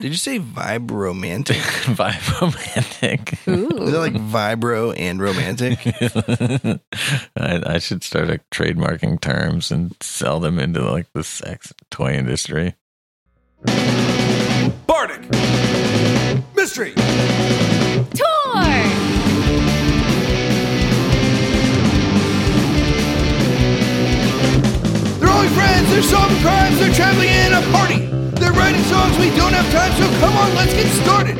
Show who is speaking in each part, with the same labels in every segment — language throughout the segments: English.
Speaker 1: Did you say vibe romantic?
Speaker 2: Vibe romantic.
Speaker 1: Is
Speaker 3: Ooh.
Speaker 1: that like vibro and romantic?
Speaker 2: I, I should start like trademarking terms and sell them into like the sex toy industry.
Speaker 4: Bardic Mystery
Speaker 3: Tour!
Speaker 4: They're only friends, they're solving crimes, they're traveling in a party. They're writing songs, we don't have time, so come on, let's get started.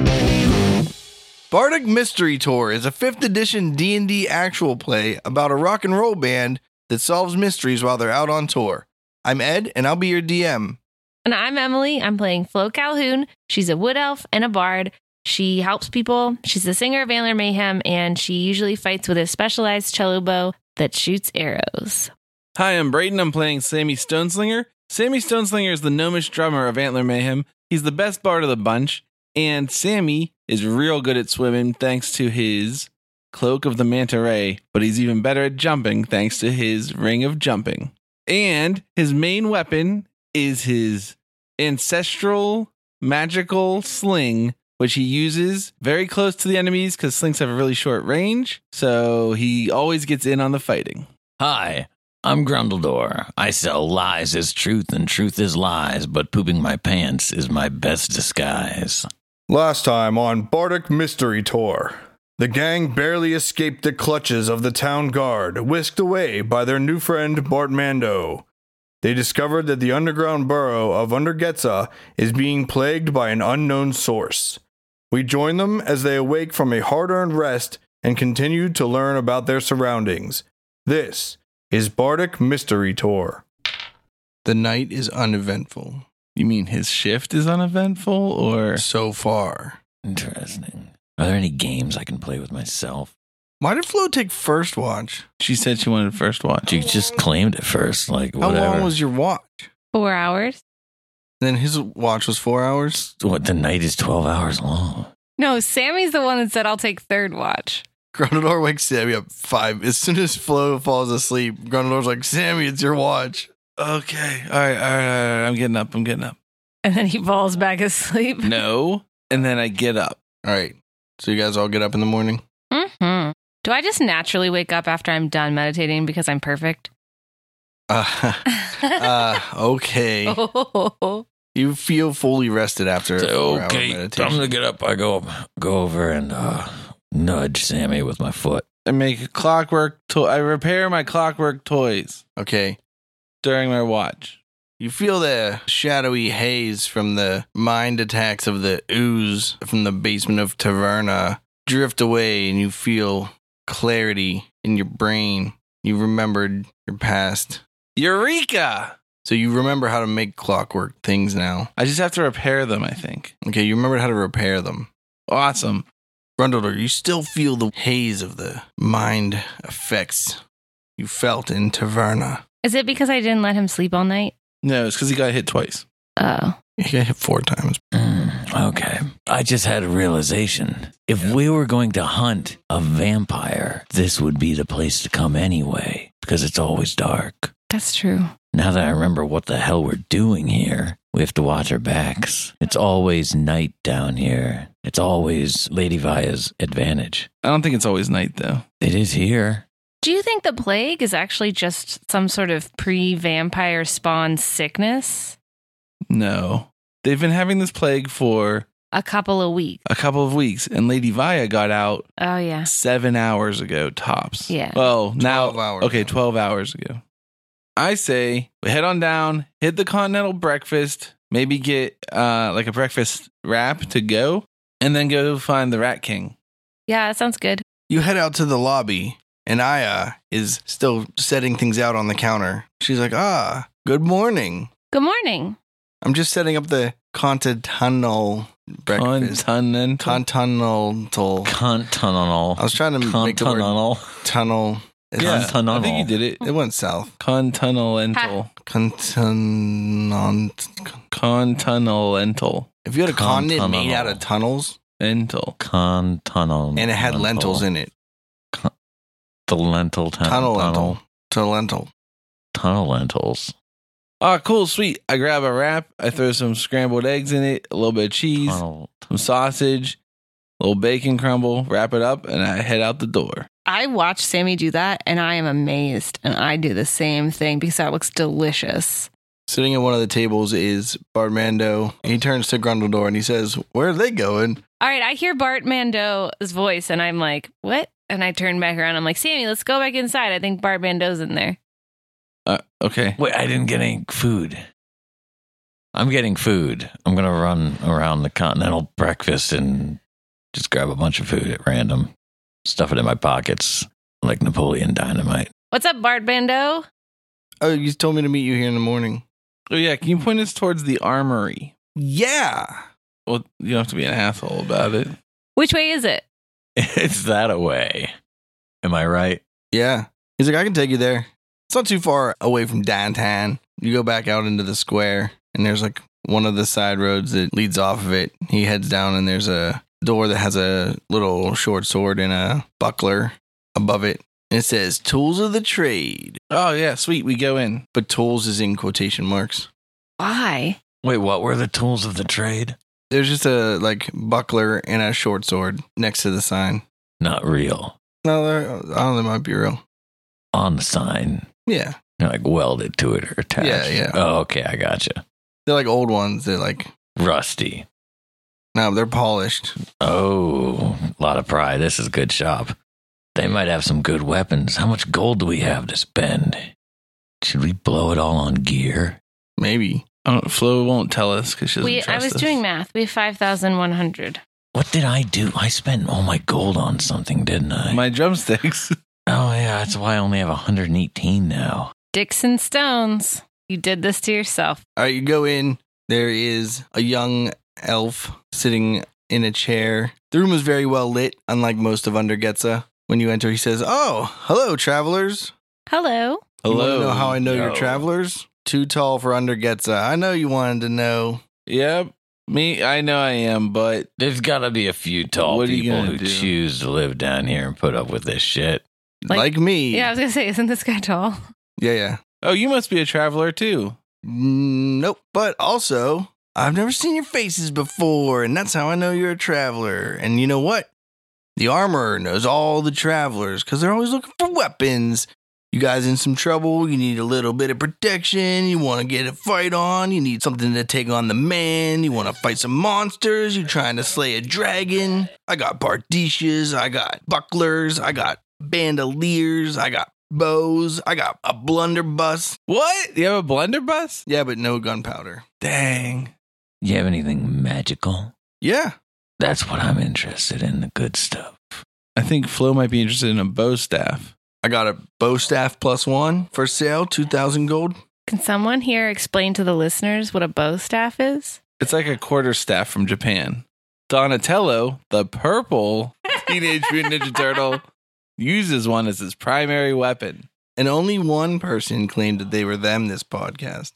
Speaker 1: Bardic Mystery Tour is a 5th edition D&D actual play about a rock and roll band that solves mysteries while they're out on tour. I'm Ed and I'll be your DM.
Speaker 3: And I'm Emily. I'm playing Flo Calhoun. She's a wood elf and a bard. She helps people. She's the singer of Antler Mayhem, and she usually fights with a specialized cello bow that shoots arrows.
Speaker 5: Hi, I'm Braden. I'm playing Sammy Stoneslinger. Sammy Stoneslinger is the gnomish drummer of Antler Mayhem. He's the best bard of the bunch, and Sammy is real good at swimming thanks to his cloak of the manta ray, but he's even better at jumping thanks to his ring of jumping. And his main weapon is his ancestral magical sling, which he uses very close to the enemies because slings have a really short range, so he always gets in on the fighting.
Speaker 2: Hi, I'm Grundledor. I sell lies as truth and truth is lies, but pooping my pants is my best disguise.
Speaker 6: Last time on Bardic Mystery Tour, the gang barely escaped the clutches of the town guard, whisked away by their new friend Bart Mando. They discovered that the underground burrow of Undergetza is being plagued by an unknown source. We join them as they awake from a hard earned rest and continue to learn about their surroundings. This is Bardic Mystery Tour.
Speaker 1: The night is uneventful
Speaker 5: You mean his shift is uneventful or
Speaker 1: so far.
Speaker 2: Interesting. Are there any games I can play with myself?
Speaker 1: Why did Flo take first watch?
Speaker 5: she said she wanted first watch?
Speaker 2: You just claimed it first, like whatever.
Speaker 1: Oh. How long was your watch?
Speaker 3: Four hours?
Speaker 1: Then his watch was 4 hours.
Speaker 2: what the night is twelve hours long?
Speaker 3: No, Sammy's the one that said, I'll take third watch.
Speaker 1: Grundledor wakes Sammy up 5. As soon as Flo falls asleep, Grundledor's like, "Sammy, it's your watch."
Speaker 5: Okay. All right, all right. All right. I'm getting up. I'm getting up.
Speaker 3: And then he falls back asleep.
Speaker 5: No. And then I get up.
Speaker 1: All right. So you guys all get up in the morning.
Speaker 3: hmm Do I just naturally wake up after I'm done meditating because I'm perfect?
Speaker 1: Uh, uh, okay.
Speaker 3: oh.
Speaker 1: You feel fully rested after a four hour
Speaker 2: okay, I'm
Speaker 1: meditation.
Speaker 2: gonna get up. I go go over and uh, nudge Sammy with my foot.
Speaker 5: I make a clockwork toy. I repair my clockwork toys
Speaker 1: okay.
Speaker 5: during my watch.
Speaker 1: You feel the shadowy haze from the mind attacks of the ooze from the basement of Taverna drift away, and you feel clarity in your brain. You remembered your past.
Speaker 5: Eureka!
Speaker 1: So you remember how to make clockwork things now.
Speaker 5: I just have to repair them, I think.
Speaker 1: Okay, you remembered how to repair them.
Speaker 5: Awesome.
Speaker 1: Grundledor, you still feel the haze of the mind effects you felt in Taverna.
Speaker 3: Is it because I didn't let him sleep all night?
Speaker 5: No, it's because he got hit twice.
Speaker 3: Oh.
Speaker 1: You got hit four times.
Speaker 2: Mm, okay. I just had a realization. If we were going to hunt a vampire, this would be the place to come anyway, because it's always dark.
Speaker 3: That's true.
Speaker 2: Now that I remember what the hell we're doing here, we have to watch our backs. It's always night down here. It's always Lady Vaya's advantage.
Speaker 5: I don't think it's always night, though.
Speaker 2: It is here.
Speaker 3: Do you think the plague is actually just some sort of pre vampire spawn sickness?
Speaker 5: No. They've been having this plague for
Speaker 3: A couple of weeks.
Speaker 5: a couple of weeks, and Lady Vaya got out
Speaker 3: Oh, yeah.
Speaker 5: seven hours ago tops.
Speaker 3: Yeah.
Speaker 5: Well, now
Speaker 1: 12 hours
Speaker 5: okay,
Speaker 1: ago.
Speaker 5: twelve hours ago. I say we head on down, hit the continental breakfast, maybe get uh like a breakfast wrap to go, and then go find the Rat King.
Speaker 3: Yeah, that sounds good.
Speaker 1: You head out to the lobby, and Aya is still setting things out on the counter. She's like, ah, good morning.
Speaker 3: Good morning.
Speaker 1: I'm just setting up the continental breakfast.
Speaker 5: Continental.
Speaker 1: Continental.
Speaker 2: Continental.
Speaker 1: I was trying to make the word
Speaker 2: Continental.
Speaker 1: tunnel. It's-
Speaker 5: yeah, I think
Speaker 2: Continental.
Speaker 5: you did it.
Speaker 1: It went south.
Speaker 5: Continental.
Speaker 1: Continent.
Speaker 5: Continental.
Speaker 1: If you had a continent made
Speaker 2: Continental.
Speaker 1: out of tunnels
Speaker 5: Ental.
Speaker 2: Continental.
Speaker 1: and it had lentils in it,
Speaker 2: The lentil tunnel.
Speaker 1: tunnel
Speaker 2: Tunnel.
Speaker 1: lentil. To lentil.
Speaker 2: Tunnel lentils.
Speaker 5: Ah, cool, sweet. I grab a wrap. I throw some scrambled eggs in it, a little bit of cheese,
Speaker 2: Donald.
Speaker 5: some sausage, a little bacon crumble, wrap it up, and I head out the door.
Speaker 7: I watch Sammy do that and I am amazed. And I do the same thing because that looks delicious.
Speaker 1: Sitting at one of the tables is Bartmando. He turns to Grundledor and he says, Where are they going?
Speaker 3: All right, I hear Bart Mando's voice and I'm like, what? And I turn back around. I'm like, Sammy, let's go back inside. I think Bart Mando's in there.
Speaker 5: Uh, okay.
Speaker 2: Wait, I didn't get any food. I'm getting food. I'm gonna run around the continental breakfast and just grab a bunch of food at random, stuff it in my pockets like Napoleon Dynamite.
Speaker 3: What's up, Bart Bando?
Speaker 1: Oh, you told me to meet you here in the morning.
Speaker 5: Oh, yeah. Can you point us towards the armory?
Speaker 1: Yeah.
Speaker 5: Well, you don't have to be an asshole about it.
Speaker 3: Which way is it?
Speaker 2: It's that a way. Am I right?
Speaker 1: Yeah. He's like, I can take you there. It's not too far away from downtown. You go back out into the square, and there's like one of the side roads that leads off of it. He heads down, and there's a door that has a little short sword and a buckler above it. And it says, Tools of the Trade.
Speaker 5: Oh, yeah. Sweet. We go in.
Speaker 1: But tools is in quotation marks.
Speaker 7: Why?
Speaker 2: Wait, what were the tools of the trade?
Speaker 1: There's just a like buckler and a short sword next to the sign.
Speaker 2: Not real.
Speaker 1: No, they're- I don't know, they might be real.
Speaker 2: On the sign.
Speaker 1: Yeah.
Speaker 2: They're like welded to it or attached.
Speaker 1: Yeah, yeah.
Speaker 2: Oh, okay, I gotcha.
Speaker 1: They're like old ones. They're like,
Speaker 2: Rusty.
Speaker 1: no, they're polished.
Speaker 2: Oh, a lot of pride. This is good shop. They might have some good weapons. How much gold do we have to spend? Should we blow it all on gear?
Speaker 1: Maybe.
Speaker 5: I don't, Flo won't tell us because she doesn't
Speaker 3: We, I
Speaker 5: trust
Speaker 3: was
Speaker 5: us.
Speaker 3: doing math. We have 5,100.
Speaker 2: What did I do? I spent all my gold on something, didn't I?
Speaker 5: My drumsticks.
Speaker 2: oh, yeah, that's why I only have 118 now.
Speaker 3: Dixon Stones. You did this to yourself.
Speaker 1: All right, you go in. There is a young elf sitting in a chair. The room is very well lit, unlike most of Undergetza. When you enter, he says, Oh, hello, travelers.
Speaker 3: Hello.
Speaker 1: You wanna
Speaker 5: Hello.
Speaker 1: know how I know
Speaker 5: No.
Speaker 1: you're travelers? Too tall for Undergetza. I know you wanted to know.
Speaker 5: Yep. Me, I know I am, but
Speaker 2: There's got to be a few tall
Speaker 5: What are you
Speaker 2: people
Speaker 5: gonna
Speaker 2: who
Speaker 5: do?
Speaker 2: choose to live down here and put up with this shit.
Speaker 3: Like-
Speaker 1: Like, me.
Speaker 3: Yeah, I was going to say, isn't this guy tall?
Speaker 1: Yeah, yeah.
Speaker 5: oh, you must be a traveler too.
Speaker 1: Mm, Nope. But also, I've never seen your faces before, and that's how I know you're a traveler. And you know what? The armorer knows all the travelers because they're always looking for weapons. You guys in some trouble, you need a little bit of protection, you want to get a fight on, you need something to take on the man, you want to fight some monsters, you're trying to slay a dragon. I got Bardishas, I got bucklers, I got bandoliers, I got bows, I got a blunderbuss.
Speaker 5: What? You have a blunderbuss?
Speaker 1: Yeah, but no gunpowder.
Speaker 5: Dang.
Speaker 2: You have anything magical?
Speaker 1: Yeah.
Speaker 2: That's what I'm interested in the good stuff.
Speaker 5: I think Flo might be interested in a bow staff.
Speaker 1: I got a bow staff plus one for sale, 2,000 gold.
Speaker 3: Can someone here explain to the listeners what a bow staff is?
Speaker 5: It's like a quarter staff from Japan. Donatello, the purple Teenage Mutant Ninja Turtle, uses one as his primary weapon.
Speaker 1: And only one person claimed that they were them this podcast.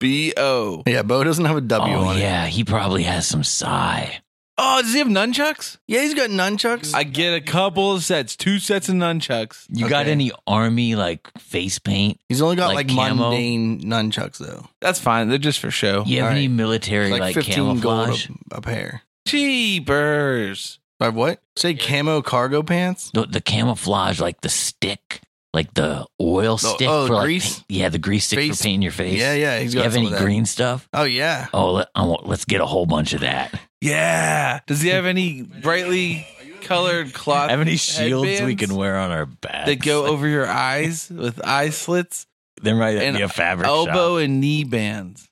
Speaker 5: B.O.
Speaker 1: Yeah, Bo doesn't have a W
Speaker 2: oh,
Speaker 1: on it.
Speaker 2: yeah, he probably has some psi.
Speaker 5: Oh, does he have nunchucks?
Speaker 1: Yeah, he's got nunchucks.
Speaker 5: I get a couple of sets, two sets of nunchucks.
Speaker 2: You got
Speaker 1: Okay.
Speaker 2: any army like face paint?
Speaker 1: he's only got like,
Speaker 2: Like camo?
Speaker 1: mundane nunchucks, though.
Speaker 5: That's fine. They're just for show.
Speaker 2: You have
Speaker 1: All
Speaker 2: any
Speaker 1: right.
Speaker 2: military
Speaker 1: Oh, It's
Speaker 2: like,
Speaker 1: like, 15
Speaker 2: camouflage?
Speaker 1: gold a, a pair.
Speaker 5: Cheapers.
Speaker 1: By what? Say camo cargo pants?
Speaker 2: The, the camouflage, like the stick, like the oil stick
Speaker 1: oh,
Speaker 2: for like,
Speaker 1: grease?
Speaker 2: paint- yeah, the grease stick
Speaker 1: Face-
Speaker 2: for painting your face.
Speaker 1: Yeah, yeah, he's
Speaker 2: You
Speaker 1: got
Speaker 2: have
Speaker 1: some
Speaker 2: any
Speaker 1: of that.
Speaker 2: green stuff?
Speaker 1: Oh, yeah.
Speaker 2: Oh, let, I want, let's get a whole bunch of that.
Speaker 5: Yeah. Does he have any brightly colored
Speaker 1: Uh,
Speaker 5: cloth?
Speaker 2: have any shields we
Speaker 5: headbands
Speaker 2: can wear on our backs?
Speaker 5: that go over your eyes with eye slits,
Speaker 2: There might
Speaker 5: and
Speaker 2: be a fabric
Speaker 5: elbow
Speaker 2: shop.
Speaker 5: and knee bands.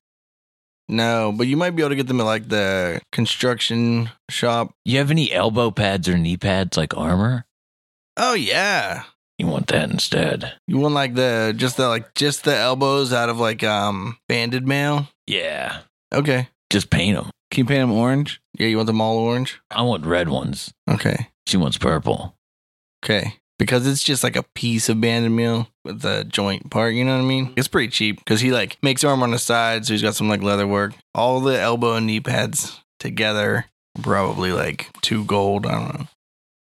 Speaker 1: No, but you might be able to get them at like the construction shop.
Speaker 2: You have any elbow pads or knee pads like armor?
Speaker 1: Oh, yeah.
Speaker 2: You want that instead?
Speaker 1: You want like the just the like just the elbows out of like um banded mail?
Speaker 2: Yeah,
Speaker 1: Okay.
Speaker 2: just paint them.
Speaker 5: Can you paint them orange?
Speaker 1: Yeah, you want them all orange?
Speaker 2: I want red ones.
Speaker 1: Okay.
Speaker 2: She wants purple.
Speaker 1: Okay. Because it's just like a piece of banded meal with the joint part, you know what I mean? It's pretty cheap because he like makes armor on the side, so he's got some like leather work. All the elbow and knee pads together, probably like two gold. I don't know.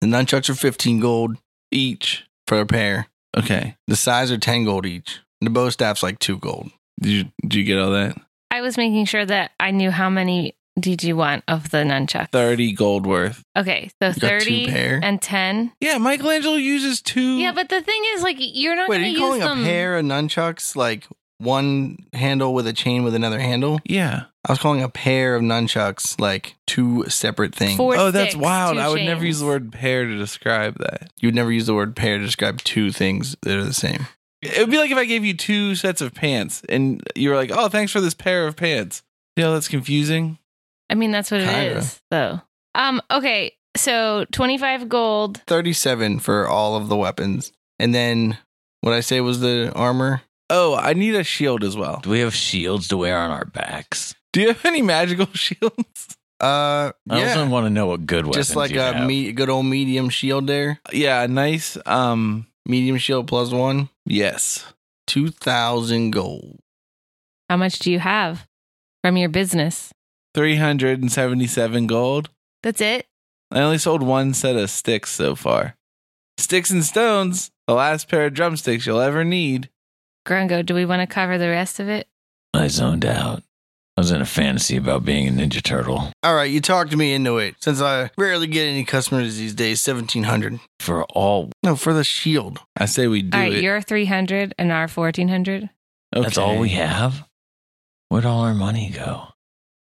Speaker 1: The nunchucks are 15 gold each for a pair.
Speaker 5: Okay.
Speaker 1: The size are 10 gold each. The bow staff's like two gold.
Speaker 5: Did you, did you get all that?
Speaker 3: I was making sure that I knew how many did you want of the nunchucks.
Speaker 5: 30 gold worth.
Speaker 3: Okay, so
Speaker 1: got two
Speaker 3: 30
Speaker 1: pair?
Speaker 3: and 10.
Speaker 5: Yeah, Michelangelo uses two.
Speaker 3: Yeah, but the thing is, like, you're not
Speaker 1: Wait, are
Speaker 3: going to
Speaker 1: you
Speaker 3: use
Speaker 1: calling
Speaker 3: them.
Speaker 1: a pair of nunchucks like one handle with a chain with another handle?
Speaker 5: Yeah.
Speaker 1: I was calling a pair of nunchucks like two separate things.
Speaker 3: Four
Speaker 5: oh, that's
Speaker 3: sticks,
Speaker 5: wild.
Speaker 3: two
Speaker 5: I would never
Speaker 3: chains.
Speaker 5: use the word pair to describe that.
Speaker 1: You would never use the word pair to describe two things that are the same.
Speaker 5: It would be like if I gave you two sets of pants and you were like, oh, thanks for this pair of pants. You know, that's confusing.
Speaker 3: I mean, that's what it
Speaker 1: Kinda.
Speaker 3: is, though. Um. Okay, so 25 gold.
Speaker 1: 37 for all of the weapons. And then what I say was the armor.
Speaker 5: Oh, I need a shield as well.
Speaker 2: Do we have shields to wear on our backs?
Speaker 5: Do you have any magical shields?
Speaker 1: Uh,
Speaker 2: I also
Speaker 1: yeah.
Speaker 2: want to know what good weapons
Speaker 1: Just like
Speaker 2: you
Speaker 1: a
Speaker 2: have.
Speaker 1: me- good old medium shield there.
Speaker 5: yeah, nice. Um,
Speaker 1: Medium shield plus one,
Speaker 5: yes.
Speaker 1: 2,000 gold.
Speaker 3: How much do you have from your business?
Speaker 5: 377 gold.
Speaker 3: That's it?
Speaker 5: I only sold one set of sticks so far. Sticks and stones, the last pair of drumsticks you'll ever need.
Speaker 3: Grungo, do we want to cover the rest of it?
Speaker 2: I zoned out. I was in a fantasy about being a Ninja Turtle
Speaker 1: All right, you talked me into it since I rarely get any customers these days. 1,700.
Speaker 2: for all.
Speaker 1: No, for the shield.
Speaker 5: I say we do
Speaker 3: All right,
Speaker 5: it.
Speaker 3: you're 300 and our 1400.
Speaker 2: That's
Speaker 5: Okay.
Speaker 2: all we have. Where'd all our money go?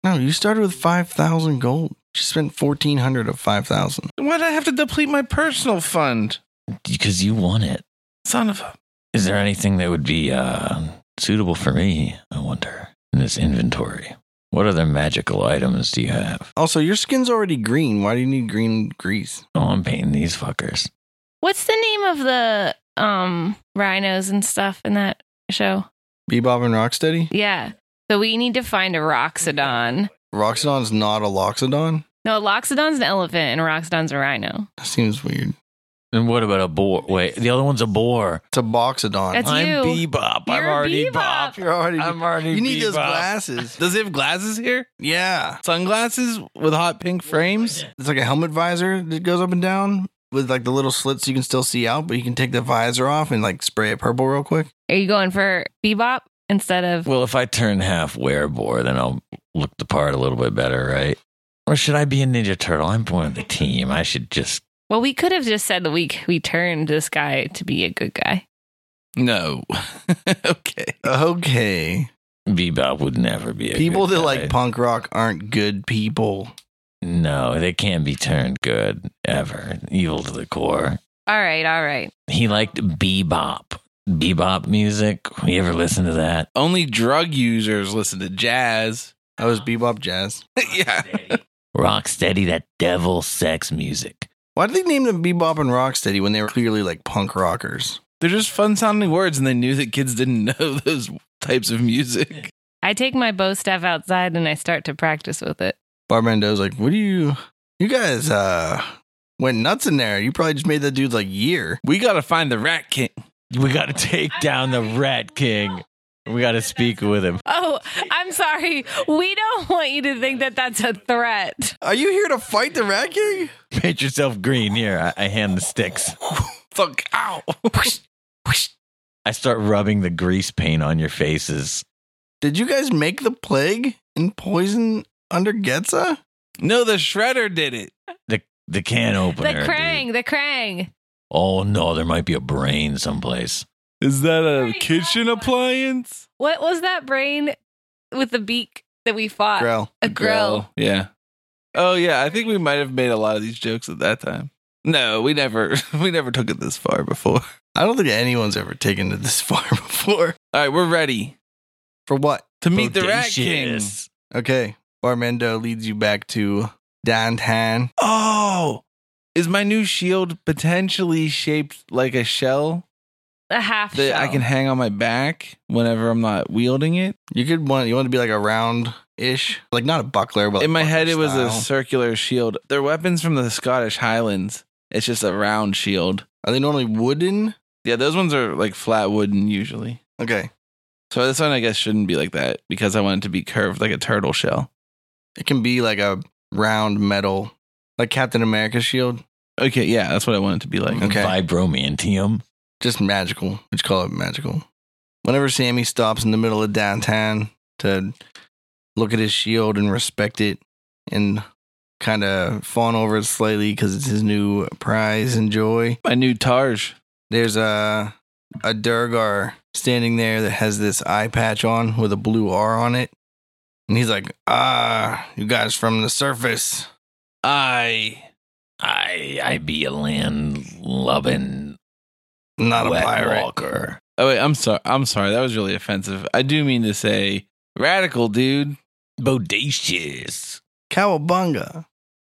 Speaker 1: No, you started with 5,000 gold. She spent 1,400 of 5,000.
Speaker 5: Why'd I have to deplete my personal fund?
Speaker 2: Because you want it.
Speaker 5: Son of a.
Speaker 2: Is there anything that would be uh, suitable for me? I wonder in this inventory. What other magical items do you have?
Speaker 1: Also, your skin's already green. Why do you need green grease?
Speaker 2: Oh, I'm painting these fuckers.
Speaker 3: What's the name of the um rhinos and stuff in that show?
Speaker 1: Bebop and Rocksteady?
Speaker 3: Yeah. So we need to find a Roxodon.
Speaker 1: Roxodon's not a Loxodon?
Speaker 3: No, a Loxodon's an elephant and a Roxodon's a rhino.
Speaker 1: That seems weird.
Speaker 2: And what about a boar? Wait, the other one's a boar.
Speaker 1: It's a Boxodon.
Speaker 3: That's
Speaker 2: I'm
Speaker 3: you.
Speaker 2: Bebop. I'm
Speaker 3: You're
Speaker 2: already
Speaker 3: Bebop.
Speaker 2: Bop.
Speaker 1: You're already.
Speaker 2: I'm already.
Speaker 1: you need those
Speaker 2: Bebop.
Speaker 1: glasses.
Speaker 5: Does it have glasses here?
Speaker 1: Yeah.
Speaker 5: Sunglasses with hot pink frames?
Speaker 1: It's like a helmet visor that goes up and down with like the little slits you can still see out, but you can take the visor off and like spray it purple real quick.
Speaker 3: Are you going for Bebop instead of
Speaker 2: Well, if I turn half werebore, then I'll look the part a little bit better, right? Or should I be a Ninja Turtle? I'm born of the team. I should just.
Speaker 3: Well, we could have just said that we we turned this guy to be a good guy.
Speaker 5: No. okay.
Speaker 1: Okay.
Speaker 2: Bebop would never be a
Speaker 1: people
Speaker 2: good
Speaker 1: that
Speaker 2: guy.
Speaker 1: like punk rock aren't good people.
Speaker 2: No, they can't be turned good ever. Evil to the core.
Speaker 3: All right, all right.
Speaker 2: He liked bebop. Bebop music. You ever listen to that?
Speaker 5: Only drug users listen to jazz.
Speaker 1: That was bebop jazz.
Speaker 5: yeah.
Speaker 2: Rocksteady, that devil sex music.
Speaker 1: Why did they name them bebop and rocksteady when they were clearly like punk rockers?
Speaker 5: They're just fun sounding words, and they knew that kids didn't know those types of music.
Speaker 3: I take my bow staff outside and I start to practice with it.
Speaker 1: Barbendo's like, what do you, you guys, uh, went nuts in there. You probably just made that dude like year.
Speaker 5: We gotta find the Rat King.
Speaker 2: We got to take down the Rat King. We got to speak with him.
Speaker 3: Oh, I'm sorry. We don't want you to think that that's a threat.
Speaker 1: Are you here to fight the rat king?
Speaker 2: Paint yourself green. Here, I, I hand the sticks.
Speaker 5: Fuck out.
Speaker 2: I start rubbing the grease paint on your faces.
Speaker 1: Did you guys make the plague and poison under Getza?
Speaker 5: no, the Shredder did it.
Speaker 2: The the can
Speaker 3: The
Speaker 2: opener. dude.
Speaker 3: Krang, the Krang.
Speaker 2: Oh no, there might be a brain someplace.
Speaker 5: Is that a
Speaker 3: Right,
Speaker 5: kitchen
Speaker 3: that one.
Speaker 5: appliance?
Speaker 3: What was that brain with the beak that we fought?
Speaker 1: Grell.
Speaker 3: A grill.
Speaker 5: Yeah. Oh yeah, I think we might have made a lot of these jokes at that time. No, we never we never took it this far before.
Speaker 1: I don't think anyone's ever taken it this far before.
Speaker 5: All right, we're ready
Speaker 1: For what?
Speaker 5: to meet the Rat King.
Speaker 2: Bodacious.
Speaker 1: Okay. Barmendo leads you back to downtown.
Speaker 5: Oh, is my new shield potentially shaped like a shell
Speaker 3: A half
Speaker 5: that
Speaker 3: shell.
Speaker 5: I can hang on my back whenever I'm not wielding it?
Speaker 1: You could want you want to be like a round ish, like not a buckler, but
Speaker 5: In my
Speaker 1: like
Speaker 5: head, it
Speaker 1: buckler
Speaker 5: was a
Speaker 1: style.
Speaker 5: circular shield. They're weapons from the Scottish Highlands. It's just a round shield.
Speaker 1: Are they normally wooden?
Speaker 5: Yeah, those ones are like flat wooden usually.
Speaker 1: Okay,
Speaker 5: So this one, I guess, shouldn't be like that because I want it to be curved like a turtle shell.
Speaker 1: it can be like a round metal, like Captain America's shield,
Speaker 5: Okay, yeah, that's what I want it to be like.
Speaker 1: Okay.
Speaker 2: Vibromantium.
Speaker 1: just magical. Would you call it magical? Whenever Sammy stops in the middle of downtown to look at his shield and respect it and kind of fawn over it slightly because it's his new prize and joy,
Speaker 5: My new Tarj.
Speaker 1: there's a a Durgar standing there that has this eye patch on with a blue R on it. And he's like, ah, you guys from the surface.
Speaker 5: I
Speaker 2: I I be a land loving
Speaker 1: Not a
Speaker 2: wet
Speaker 1: pirate.
Speaker 2: walker.
Speaker 5: Oh wait, I'm sorry. I'm sorry. That was really offensive. I do mean to say radical, dude.
Speaker 2: Bodacious.
Speaker 1: Cowabunga.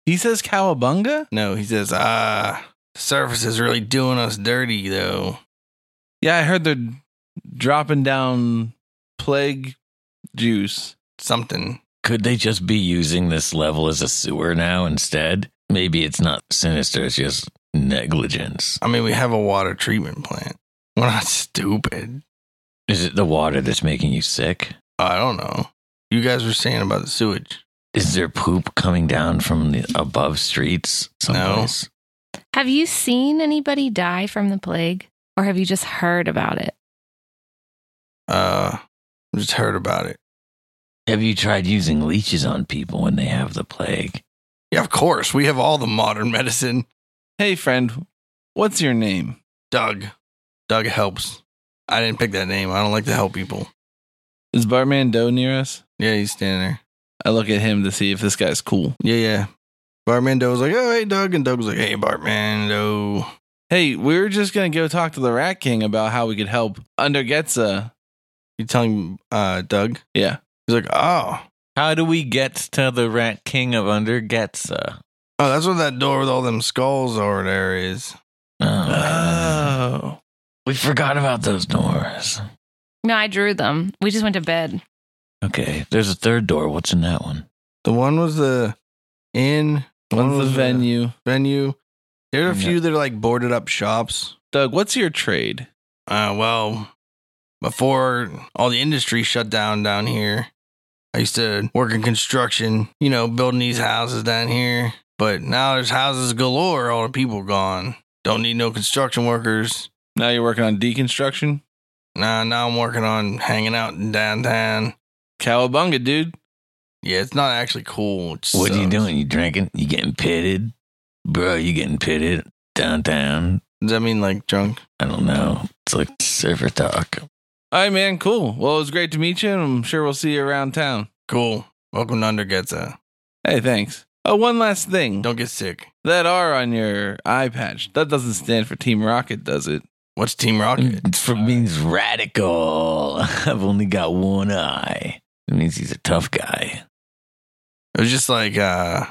Speaker 5: He says cowabunga.
Speaker 1: No, he says, ah, the surface is really doing us dirty, though.
Speaker 5: Yeah, I heard they're dropping down plague juice.
Speaker 1: Something.
Speaker 2: Could they just be using this level as a sewer now instead? Maybe it's not sinister, it's just negligence.
Speaker 1: I mean, we have a water treatment plant. We're not stupid.
Speaker 2: Is it the water that's making you sick?
Speaker 1: I don't know. You guys were saying about the sewage.
Speaker 2: Is there poop coming down from the above streets someplace?
Speaker 3: Have you seen anybody die from the plague or have you just heard about it?
Speaker 1: Uh, I just heard about it.
Speaker 2: Have you tried using leeches on people when they have the plague?
Speaker 1: Yeah, of course. We have all the modern medicine.
Speaker 5: Hey, friend, what's your name?
Speaker 1: Doug. Doug helps. I didn't pick that name. I don't like to help people.
Speaker 5: Is Bartman Doe near us?
Speaker 1: Yeah, he's standing there.
Speaker 5: I look at him to see if this guy's cool.
Speaker 1: Yeah, yeah. Bartmando was like, oh, hey, Doug. And Doug was like, hey, Bartmando.
Speaker 5: Hey, we were just gonna go talk to the Rat King about how we could help Undergetza.
Speaker 1: You telling uh, Doug?
Speaker 5: Yeah.
Speaker 1: He's like, oh.
Speaker 2: How do we get to the Rat King of Undergetza?
Speaker 1: Oh, that's where that door with all them skulls over there is.
Speaker 2: Oh,
Speaker 5: Oh.
Speaker 2: we forgot about those doors.
Speaker 3: No, I drew them. We just went to bed.
Speaker 2: Okay, there's a third door. What's in that one?
Speaker 1: The one was the inn. one
Speaker 5: What's the
Speaker 1: was
Speaker 5: venue?
Speaker 1: venue. There are a
Speaker 2: Yeah.
Speaker 1: few that are like boarded up shops.
Speaker 5: Doug, what's your trade?
Speaker 1: Uh, well, before all the industry shut down down here, I used to work in construction, you know, building these houses down here. But now there's houses galore, all the people gone. Don't need no construction workers.
Speaker 5: Now you're working on deconstruction?
Speaker 1: Nah, now I'm working on hanging out in downtown.
Speaker 5: Cowabunga, dude.
Speaker 1: Yeah, it's not actually cool. It
Speaker 2: What are you
Speaker 1: sucks.
Speaker 2: doing? You drinking? You getting pitted? Bro, you getting pitted downtown?
Speaker 1: Does that mean like drunk?
Speaker 2: I don't know. It's like surfer talk.
Speaker 5: All right, man. Cool. Well, it was great to meet you, and I'm sure we'll see you around town.
Speaker 1: Cool. Welcome to Undergetza.
Speaker 5: Hey, thanks. Oh, one last thing.
Speaker 1: Don't get sick.
Speaker 5: That R on your eye patch, that doesn't stand for Team Rocket, does it?
Speaker 1: What's Team Rocket?
Speaker 2: It for means radical. I've only got one eye. It means he's a tough guy.
Speaker 1: It was just like uh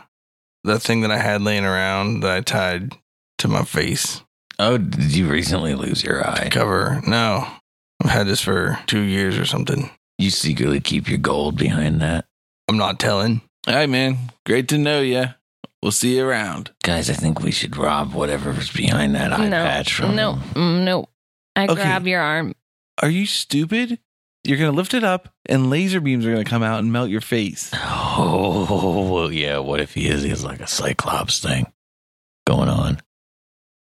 Speaker 1: that thing that I had laying around that I tied to my face
Speaker 2: Oh, did you recently lose your eye?
Speaker 1: cover. No. I've had this for two years or something.
Speaker 2: You secretly keep your gold behind that?
Speaker 1: I'm not telling.
Speaker 5: All right, man. Great to know you. We'll see you around.
Speaker 2: Guys, I think we should rob whatever's behind that eye
Speaker 3: no.
Speaker 2: patch from
Speaker 3: no. Mm, no. I
Speaker 5: Okay.
Speaker 3: grab your arm.
Speaker 5: Are you stupid? You're going to lift it up, and laser beams are going to come out and melt your face.
Speaker 2: Oh, well, yeah. What if he is? He has like a Cyclops thing going on.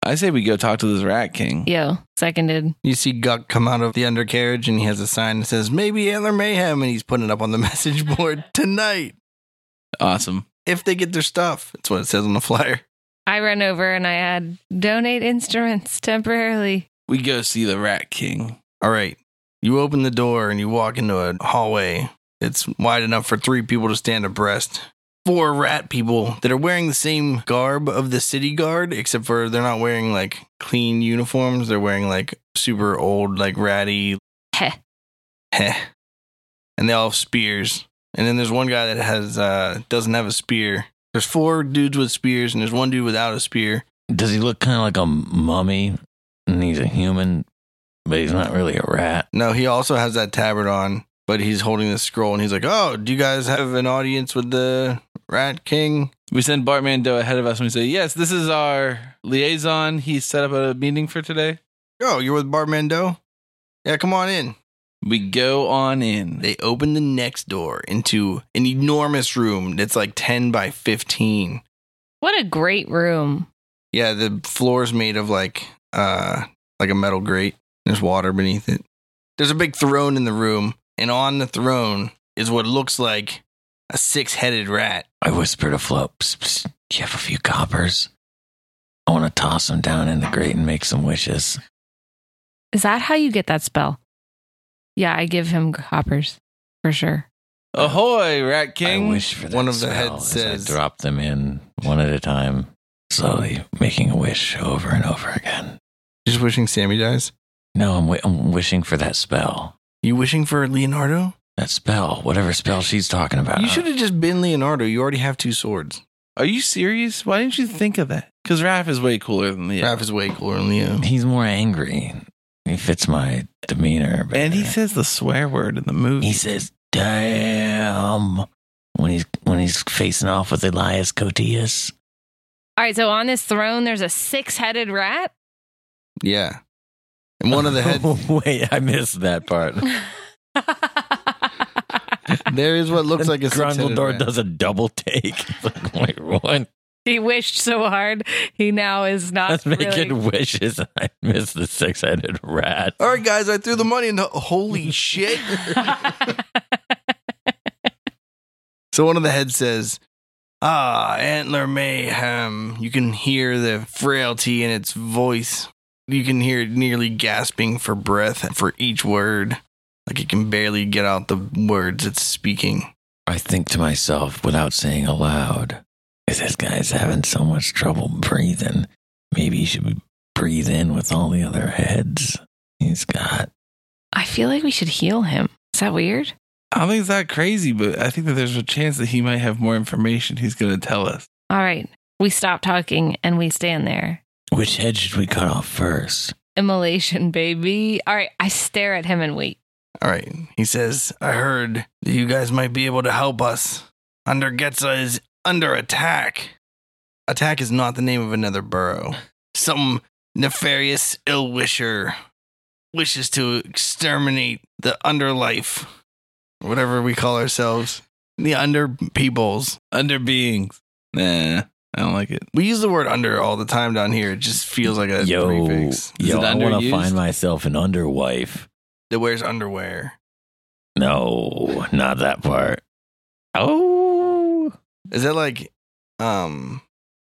Speaker 5: I say we go talk to this Rat King.
Speaker 3: Yo, seconded.
Speaker 1: You see Guck come out of the undercarriage and he has a sign that says maybe Antler Mayhem and he's putting it up on the message board tonight.
Speaker 5: Awesome.
Speaker 1: If they get their stuff. That's what it says on the flyer.
Speaker 3: I run over and I add donate instruments temporarily.
Speaker 5: We go see the Rat King.
Speaker 1: All right. You open the door and you walk into a hallway. It's wide enough for three people to stand abreast. Four rat people that are wearing the same garb of the city guard, except for they're not wearing like clean uniforms. They're wearing like super old, like ratty.
Speaker 3: Heh.
Speaker 1: Heh. And they all have spears. And then there's one guy that has uh doesn't have a spear. There's four dudes with spears and there's one dude without a spear.
Speaker 2: Does he look kind of like a mummy? And he's a human, but he's not really a rat.
Speaker 1: No, he also has that tabard on, but he's holding this scroll and he's like, Oh, do you guys have an audience with the Rat King?
Speaker 5: We send Bartman Doe ahead of us, and we say, Yes, this is our liaison. He set up a meeting for today.
Speaker 1: Oh, you're with Bartmando? Yeah, come on in.
Speaker 5: We go on in.
Speaker 1: They open the next door into an enormous room that's like 10 by 15.
Speaker 3: What a great room.
Speaker 1: Yeah, the floor's made of like uh like a metal grate. There's water beneath it. There's a big throne in the room, and on the throne is what looks like a six headed rat.
Speaker 2: I whispered to Flo, psst, psst, do you have a few coppers? I want to toss them down in the grate and make some wishes.
Speaker 3: Is that how you get that spell? Yeah, I give him hoppers for sure.
Speaker 5: Ahoy, Rat King.
Speaker 2: I wish for that
Speaker 1: One of the
Speaker 2: spell
Speaker 1: heads
Speaker 2: as
Speaker 1: says-
Speaker 2: I drop them in one at a time, slowly making a wish over and over again.
Speaker 1: Just wishing Sammy dies.
Speaker 2: No, I'm, wi- I'm wishing for that spell.
Speaker 1: You wishing for Leonardo?
Speaker 2: That spell, whatever spell she's talking about.
Speaker 1: You should have just been Leonardo. You already have two swords.
Speaker 5: Are you serious? Why didn't you think of that? Because Raph is way cooler than Leo.
Speaker 1: Raph is way cooler than Leo.
Speaker 2: He's more angry. He fits my demeanor. Better.
Speaker 5: And he says the swear word in the movie.
Speaker 2: he says, "Damn!" when he's when he's facing off with Elias Cotillas.
Speaker 3: All right, so on this throne, there's a six headed rat.
Speaker 1: Yeah. And one of the heads,
Speaker 2: Wait, I missed that part.
Speaker 1: there is what looks
Speaker 2: And
Speaker 1: like a six headed
Speaker 2: Grundledor
Speaker 1: rat.
Speaker 2: does a double take. It's like, wait, what?
Speaker 3: he wished so hard. He now is
Speaker 2: I
Speaker 3: not
Speaker 2: was making
Speaker 3: really-
Speaker 2: wishes. and I missed the six-headed rat.
Speaker 1: All right, guys, I threw the money into. Holy shit. so one of the heads says, Ah, Antler Mayhem. You can hear the frailty in its voice. You can hear it nearly gasping for breath for each word. Like it can barely get out the words it's speaking.
Speaker 2: I think to myself without saying aloud, if this guy's having so much trouble breathing, maybe he should breathe in with all the other heads he's got.
Speaker 3: I feel like we should heal him. Is that weird?
Speaker 5: I don't think it's that crazy, but I think that there's a chance that he might have more information he's going to tell us.
Speaker 3: All right, we stop talking and we stand there.
Speaker 2: Which head should we cut off first?
Speaker 3: Immolation, baby. All right, I stare at him and wait.
Speaker 1: All right. He says, I heard that you guys might be able to help us. Undergetza is under attack. Attack is not the name of another burrow. Some nefarious ill wisher wishes to exterminate the underlife, whatever we call ourselves, the under peoples.
Speaker 5: Under beings. Nah, I don't like it.
Speaker 1: We use the word under all the time down here. It just feels like a
Speaker 2: yo,
Speaker 1: prefix
Speaker 5: Is
Speaker 2: yo,
Speaker 5: it
Speaker 2: I want
Speaker 5: underused?
Speaker 2: to find myself an underwife.
Speaker 1: that wears underwear.
Speaker 2: No, not that part. Oh,
Speaker 1: Is that like, um,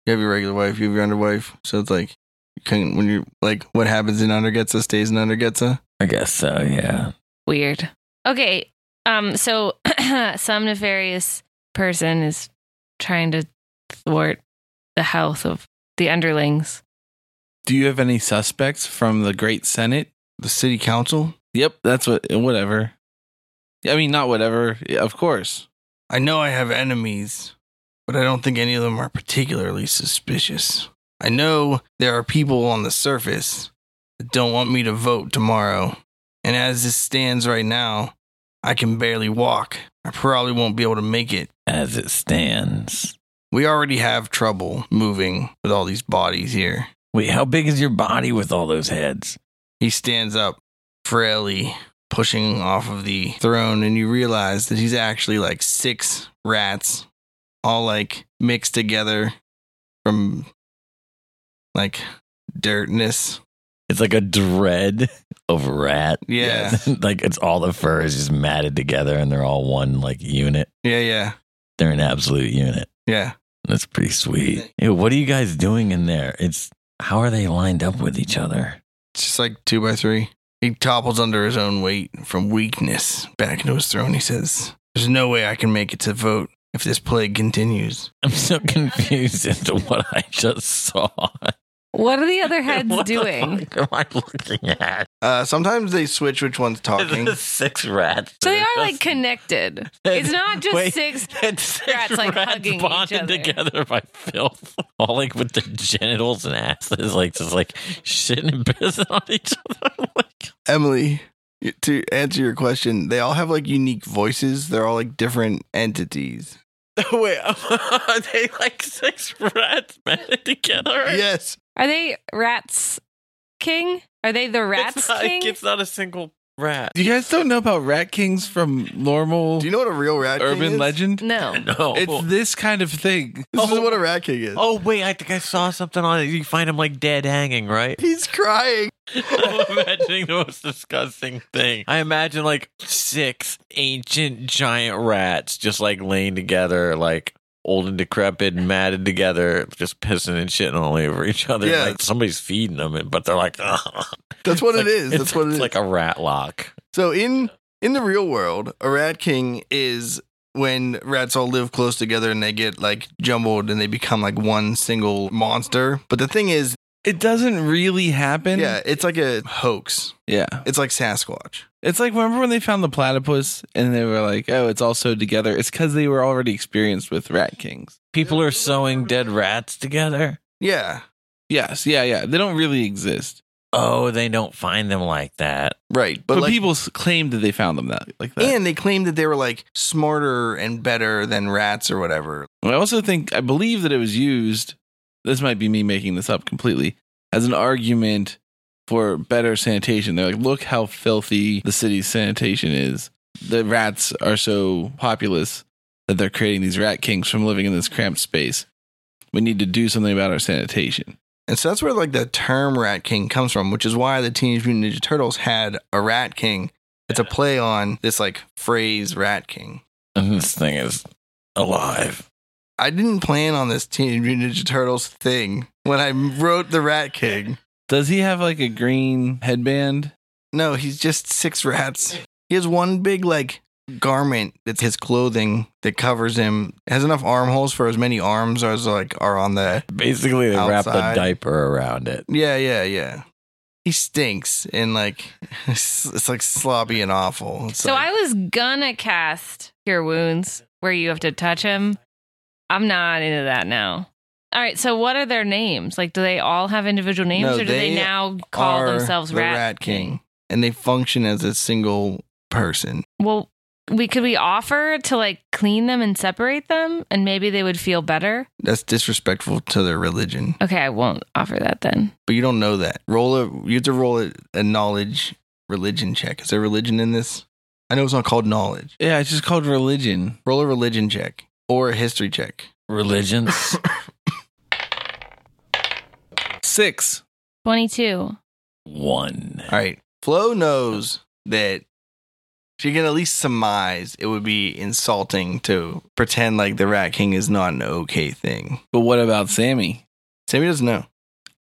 Speaker 1: you have your regular wife, you have your underwife, so it's like, you can when you're like, what happens in undergetza stays in undergetza.
Speaker 2: I guess so. Yeah,
Speaker 3: Weird. Okay. Um. So some nefarious person is trying to thwart the health of the underlings.
Speaker 5: Do you have any suspects from the Great Senate?
Speaker 1: The city council.
Speaker 5: Yep, that's what, whatever. I mean, not whatever. Yeah, of course.
Speaker 1: I know I have enemies, but I don't think any of them are particularly suspicious. I know there are people on the surface that don't want me to vote tomorrow, and as this stands right now, I can barely walk. I probably won't be able to make it.
Speaker 2: as it stands.
Speaker 1: We already have trouble moving with all these bodies here.
Speaker 2: Wait, how big is your body with all those heads?
Speaker 1: He stands up, frailly pushing off of the throne, and you realize that he's actually like six rats, all like mixed together from like dirtness.
Speaker 2: It's like a dread of rat.
Speaker 1: Yeah.
Speaker 2: like it's all the fur is just matted together and they're all one like unit.
Speaker 1: Yeah, yeah,
Speaker 2: They're an absolute unit.
Speaker 1: yeah.
Speaker 2: That's pretty sweet. Ew, what are you guys doing in there? It's how are they lined up with each other?
Speaker 1: It's just like two by three. He topples under his own weight from weakness back into his throne. He says, There's no way I can make it to vote if this plague continues.
Speaker 2: I'm so confused as to what I just saw.
Speaker 3: What are the other heads
Speaker 2: What the
Speaker 3: doing?
Speaker 2: fuck am I looking at?
Speaker 1: Uh, sometimes they switch which one's talking.
Speaker 2: There's six rats.
Speaker 3: So they are like
Speaker 2: Just-
Speaker 3: connected. It's not just
Speaker 2: Wait,
Speaker 3: six.
Speaker 2: It's six
Speaker 3: rats, like, hugging each
Speaker 2: bonded
Speaker 3: other.
Speaker 2: together by filth, all like with their genitals and asses, like just like shitting and pissing on each other. Oh like,
Speaker 1: Emily, to answer your question, they all have like unique voices. They're all like different entities.
Speaker 2: wait, are they like six rats banded together?
Speaker 1: Yes.
Speaker 3: Are they rats king? Are they the rats
Speaker 2: it's not,
Speaker 3: king?
Speaker 2: It's not a single rat.
Speaker 5: You guys don't know about Rat Kings from normal
Speaker 1: Do you know what a real rat king
Speaker 5: urban
Speaker 1: is?
Speaker 5: legend?
Speaker 3: no.
Speaker 2: No.
Speaker 5: It's this kind of thing.
Speaker 1: This is
Speaker 2: Oh.
Speaker 1: what a rat king is.
Speaker 2: oh wait, I think I saw something on it. You find him like dead hanging, right?
Speaker 1: He's crying.
Speaker 2: I'm imagining the most disgusting thing. I imagine like six ancient giant rats just like laying together, like old and decrepit, and matted together, just pissing and shitting all over each other.
Speaker 1: Yeah.
Speaker 2: Like somebody's feeding them, and- but they're like, "Ugh."
Speaker 1: That's what
Speaker 2: It's
Speaker 1: it
Speaker 2: like-
Speaker 1: is. That's
Speaker 2: it's-
Speaker 1: what it
Speaker 2: it's
Speaker 1: is.
Speaker 2: like a rat lock.
Speaker 1: So in in the real world, a rat king is when rats all live close together and they get like jumbled and they become like one single monster. But the thing is,
Speaker 5: It doesn't really happen.
Speaker 1: yeah, it's like a hoax.
Speaker 5: Yeah.
Speaker 1: It's like Sasquatch.
Speaker 5: It's like remember when they found the platypus and they were like, "Oh, it's all sewed together." It's because they were already experienced with rat kings.
Speaker 2: People are sewing dead rats together.
Speaker 1: Yeah,
Speaker 5: Yes, yeah, yeah. They don't really exist,
Speaker 2: Oh, they don't find them like that.
Speaker 1: right. But,
Speaker 5: but,
Speaker 1: like,
Speaker 5: people s- claim that they found them that like that.
Speaker 1: and they claimed that they were like smarter and better than rats or whatever.
Speaker 5: I also think I believe that it was used. This might be me making this up completely as an argument for better sanitation. They're like, look how filthy the city's sanitation is. The rats are so populous that they're creating these rat kings from living in this cramped space. We need to do something about our sanitation.
Speaker 1: And so that's where like the term rat king comes from, which is why the Teenage Mutant Ninja Turtles had a rat king. It's a play on this like phrase rat king.
Speaker 2: And this thing is alive.
Speaker 1: I didn't plan on this Teenage Mutant Ninja Turtles thing when I wrote The Rat King.
Speaker 5: Does he have like a green headband?
Speaker 1: No, he's just six rats. He has one big, like, garment that's his clothing that covers him. It has enough armholes for as many arms as, like, are on the.
Speaker 2: Basically, they wrap
Speaker 1: Outside.
Speaker 2: a diaper around it.
Speaker 1: Yeah, yeah, yeah. He stinks and, like, it's, it's, like sloppy and awful. It's
Speaker 3: So
Speaker 1: like-
Speaker 3: I was gonna cast Cure Wounds where you have to touch him. I'm not into that now. All right, so what are their names? Like, do they all have individual names,
Speaker 1: No,
Speaker 3: or do they,
Speaker 1: they
Speaker 3: now call
Speaker 1: are
Speaker 3: themselves
Speaker 1: the
Speaker 3: Rat,
Speaker 1: And they function as a single person.
Speaker 3: Well, we could we offer to like clean them and separate them, and maybe they would feel better.
Speaker 1: That's disrespectful to their religion.
Speaker 3: Okay, I won't offer that then.
Speaker 1: but you don't know that. Roll a you have to roll a, a knowledge religion check. Is there religion in this? I know it's not called knowledge.
Speaker 5: Yeah, it's just called religion.
Speaker 1: Roll a religion check or a history check.
Speaker 2: Religions.
Speaker 5: Six.
Speaker 3: Twenty-two.
Speaker 2: One.
Speaker 1: All right. Flo knows that she can at least surmise it would be insulting to pretend like the Rat King is not an okay thing.
Speaker 5: But what about Sammy?
Speaker 1: Sammy doesn't know.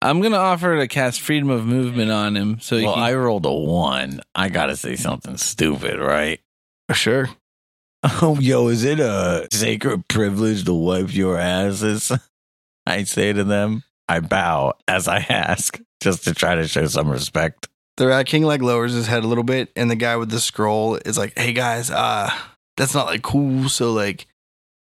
Speaker 5: I'm gonna offer to cast freedom of movement on him so he
Speaker 2: Well,
Speaker 5: can
Speaker 2: I rolled a one. I gotta say something stupid, right?
Speaker 1: Sure.
Speaker 2: Oh, yo, is it a sacred privilege to wipe your asses? I say to them, I bow as I ask, just to try to show some respect.
Speaker 1: The Rat King like lowers his head a little bit, and the guy with the scroll is like, "Hey guys, uh, that's not like cool. So like,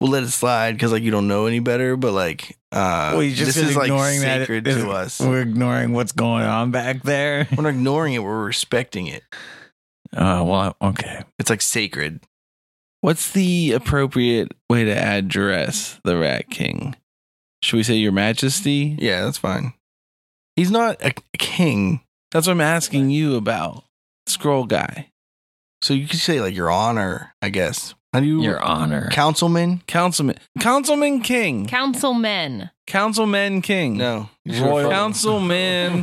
Speaker 1: we'll let it slide because like you don't know any better. But like, uh,
Speaker 2: Well, you just
Speaker 1: this is like
Speaker 2: ignoring that-
Speaker 1: sacred
Speaker 2: this-
Speaker 1: to us. We're
Speaker 2: We're ignoring what's going on back there.
Speaker 1: not ignoring it. We're respecting it.
Speaker 2: Oh, well, okay.
Speaker 1: It's like sacred.
Speaker 5: What's the appropriate way to address the Rat King? Should we say Your Majesty?
Speaker 1: Yeah, that's fine. He's not a a king,
Speaker 5: That's what I'm asking you about. Scroll guy.
Speaker 1: so you could say like your honor, I guess. How do you
Speaker 2: Your honor.
Speaker 1: councilman?
Speaker 5: Councilman Councilman King.
Speaker 3: Councilmen.
Speaker 5: Councilman King.
Speaker 1: No,
Speaker 2: Royal-
Speaker 5: Councilman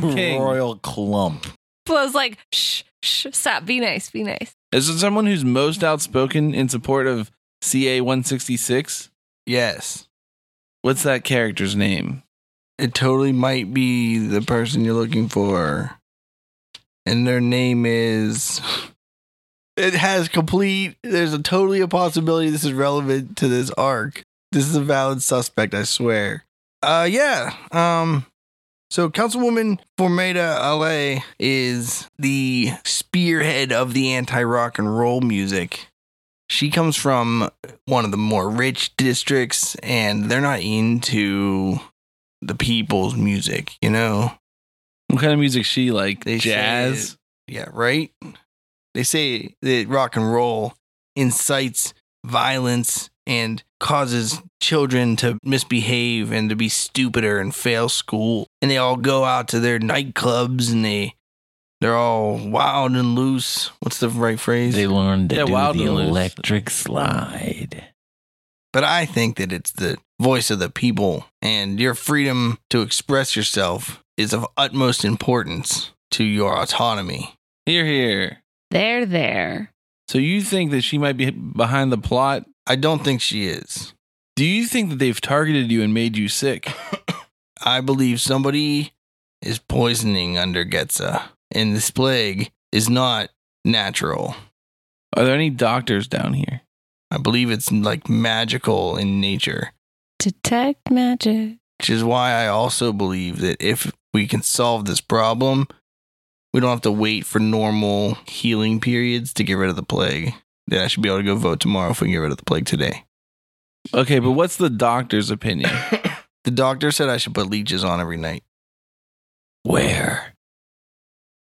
Speaker 5: King.
Speaker 2: Royal clump.
Speaker 3: Flo's like, shh, shh, stop, be nice, be nice.
Speaker 5: Is it someone who's most outspoken in support of CA 166?
Speaker 1: Yes,
Speaker 5: What's that character's name?
Speaker 1: it totally might be the person you're looking for. And their name is. It has complete. There's a totally a possibility this is relevant to this arc. This is a valid suspect, I swear. Uh, yeah. Um, so Councilwoman Formeda Ale is the spearhead of the anti rock and roll music. She comes from one of the more rich districts, and they're not into the people's music, you know?
Speaker 5: What kind of music she like?
Speaker 1: They say
Speaker 5: Jazz?
Speaker 1: Yeah, right? They say that rock and roll incites violence and causes children to misbehave and to be stupider and fail school. And they all go out to their nightclubs and they they're all wild and loose. What's the right phrase?
Speaker 2: They learned to
Speaker 5: Yeah,
Speaker 2: do
Speaker 5: Wild
Speaker 2: the
Speaker 5: and Loose.
Speaker 2: electric slide.
Speaker 1: but I think that it's the voice of the people and your freedom to express yourself is of utmost importance. to your autonomy.
Speaker 5: Here, here.
Speaker 3: They're there.
Speaker 5: So you think that she might be behind the plot?
Speaker 1: I don't think she is.
Speaker 5: Do you think that they've targeted you and made you sick?
Speaker 1: I believe somebody is poisoning under Getza, and this plague is not natural.
Speaker 5: Are there any doctors down here?
Speaker 1: I believe it's like magical in nature.
Speaker 3: Detect magic.
Speaker 1: which is why I also believe that if we can solve this problem, we don't have to wait for normal healing periods to get rid of the plague. That I should be able to go vote tomorrow if we can get rid of the plague today.
Speaker 5: Okay, but what's the doctor's opinion?
Speaker 1: The doctor said I should put leeches on every night.
Speaker 2: Where?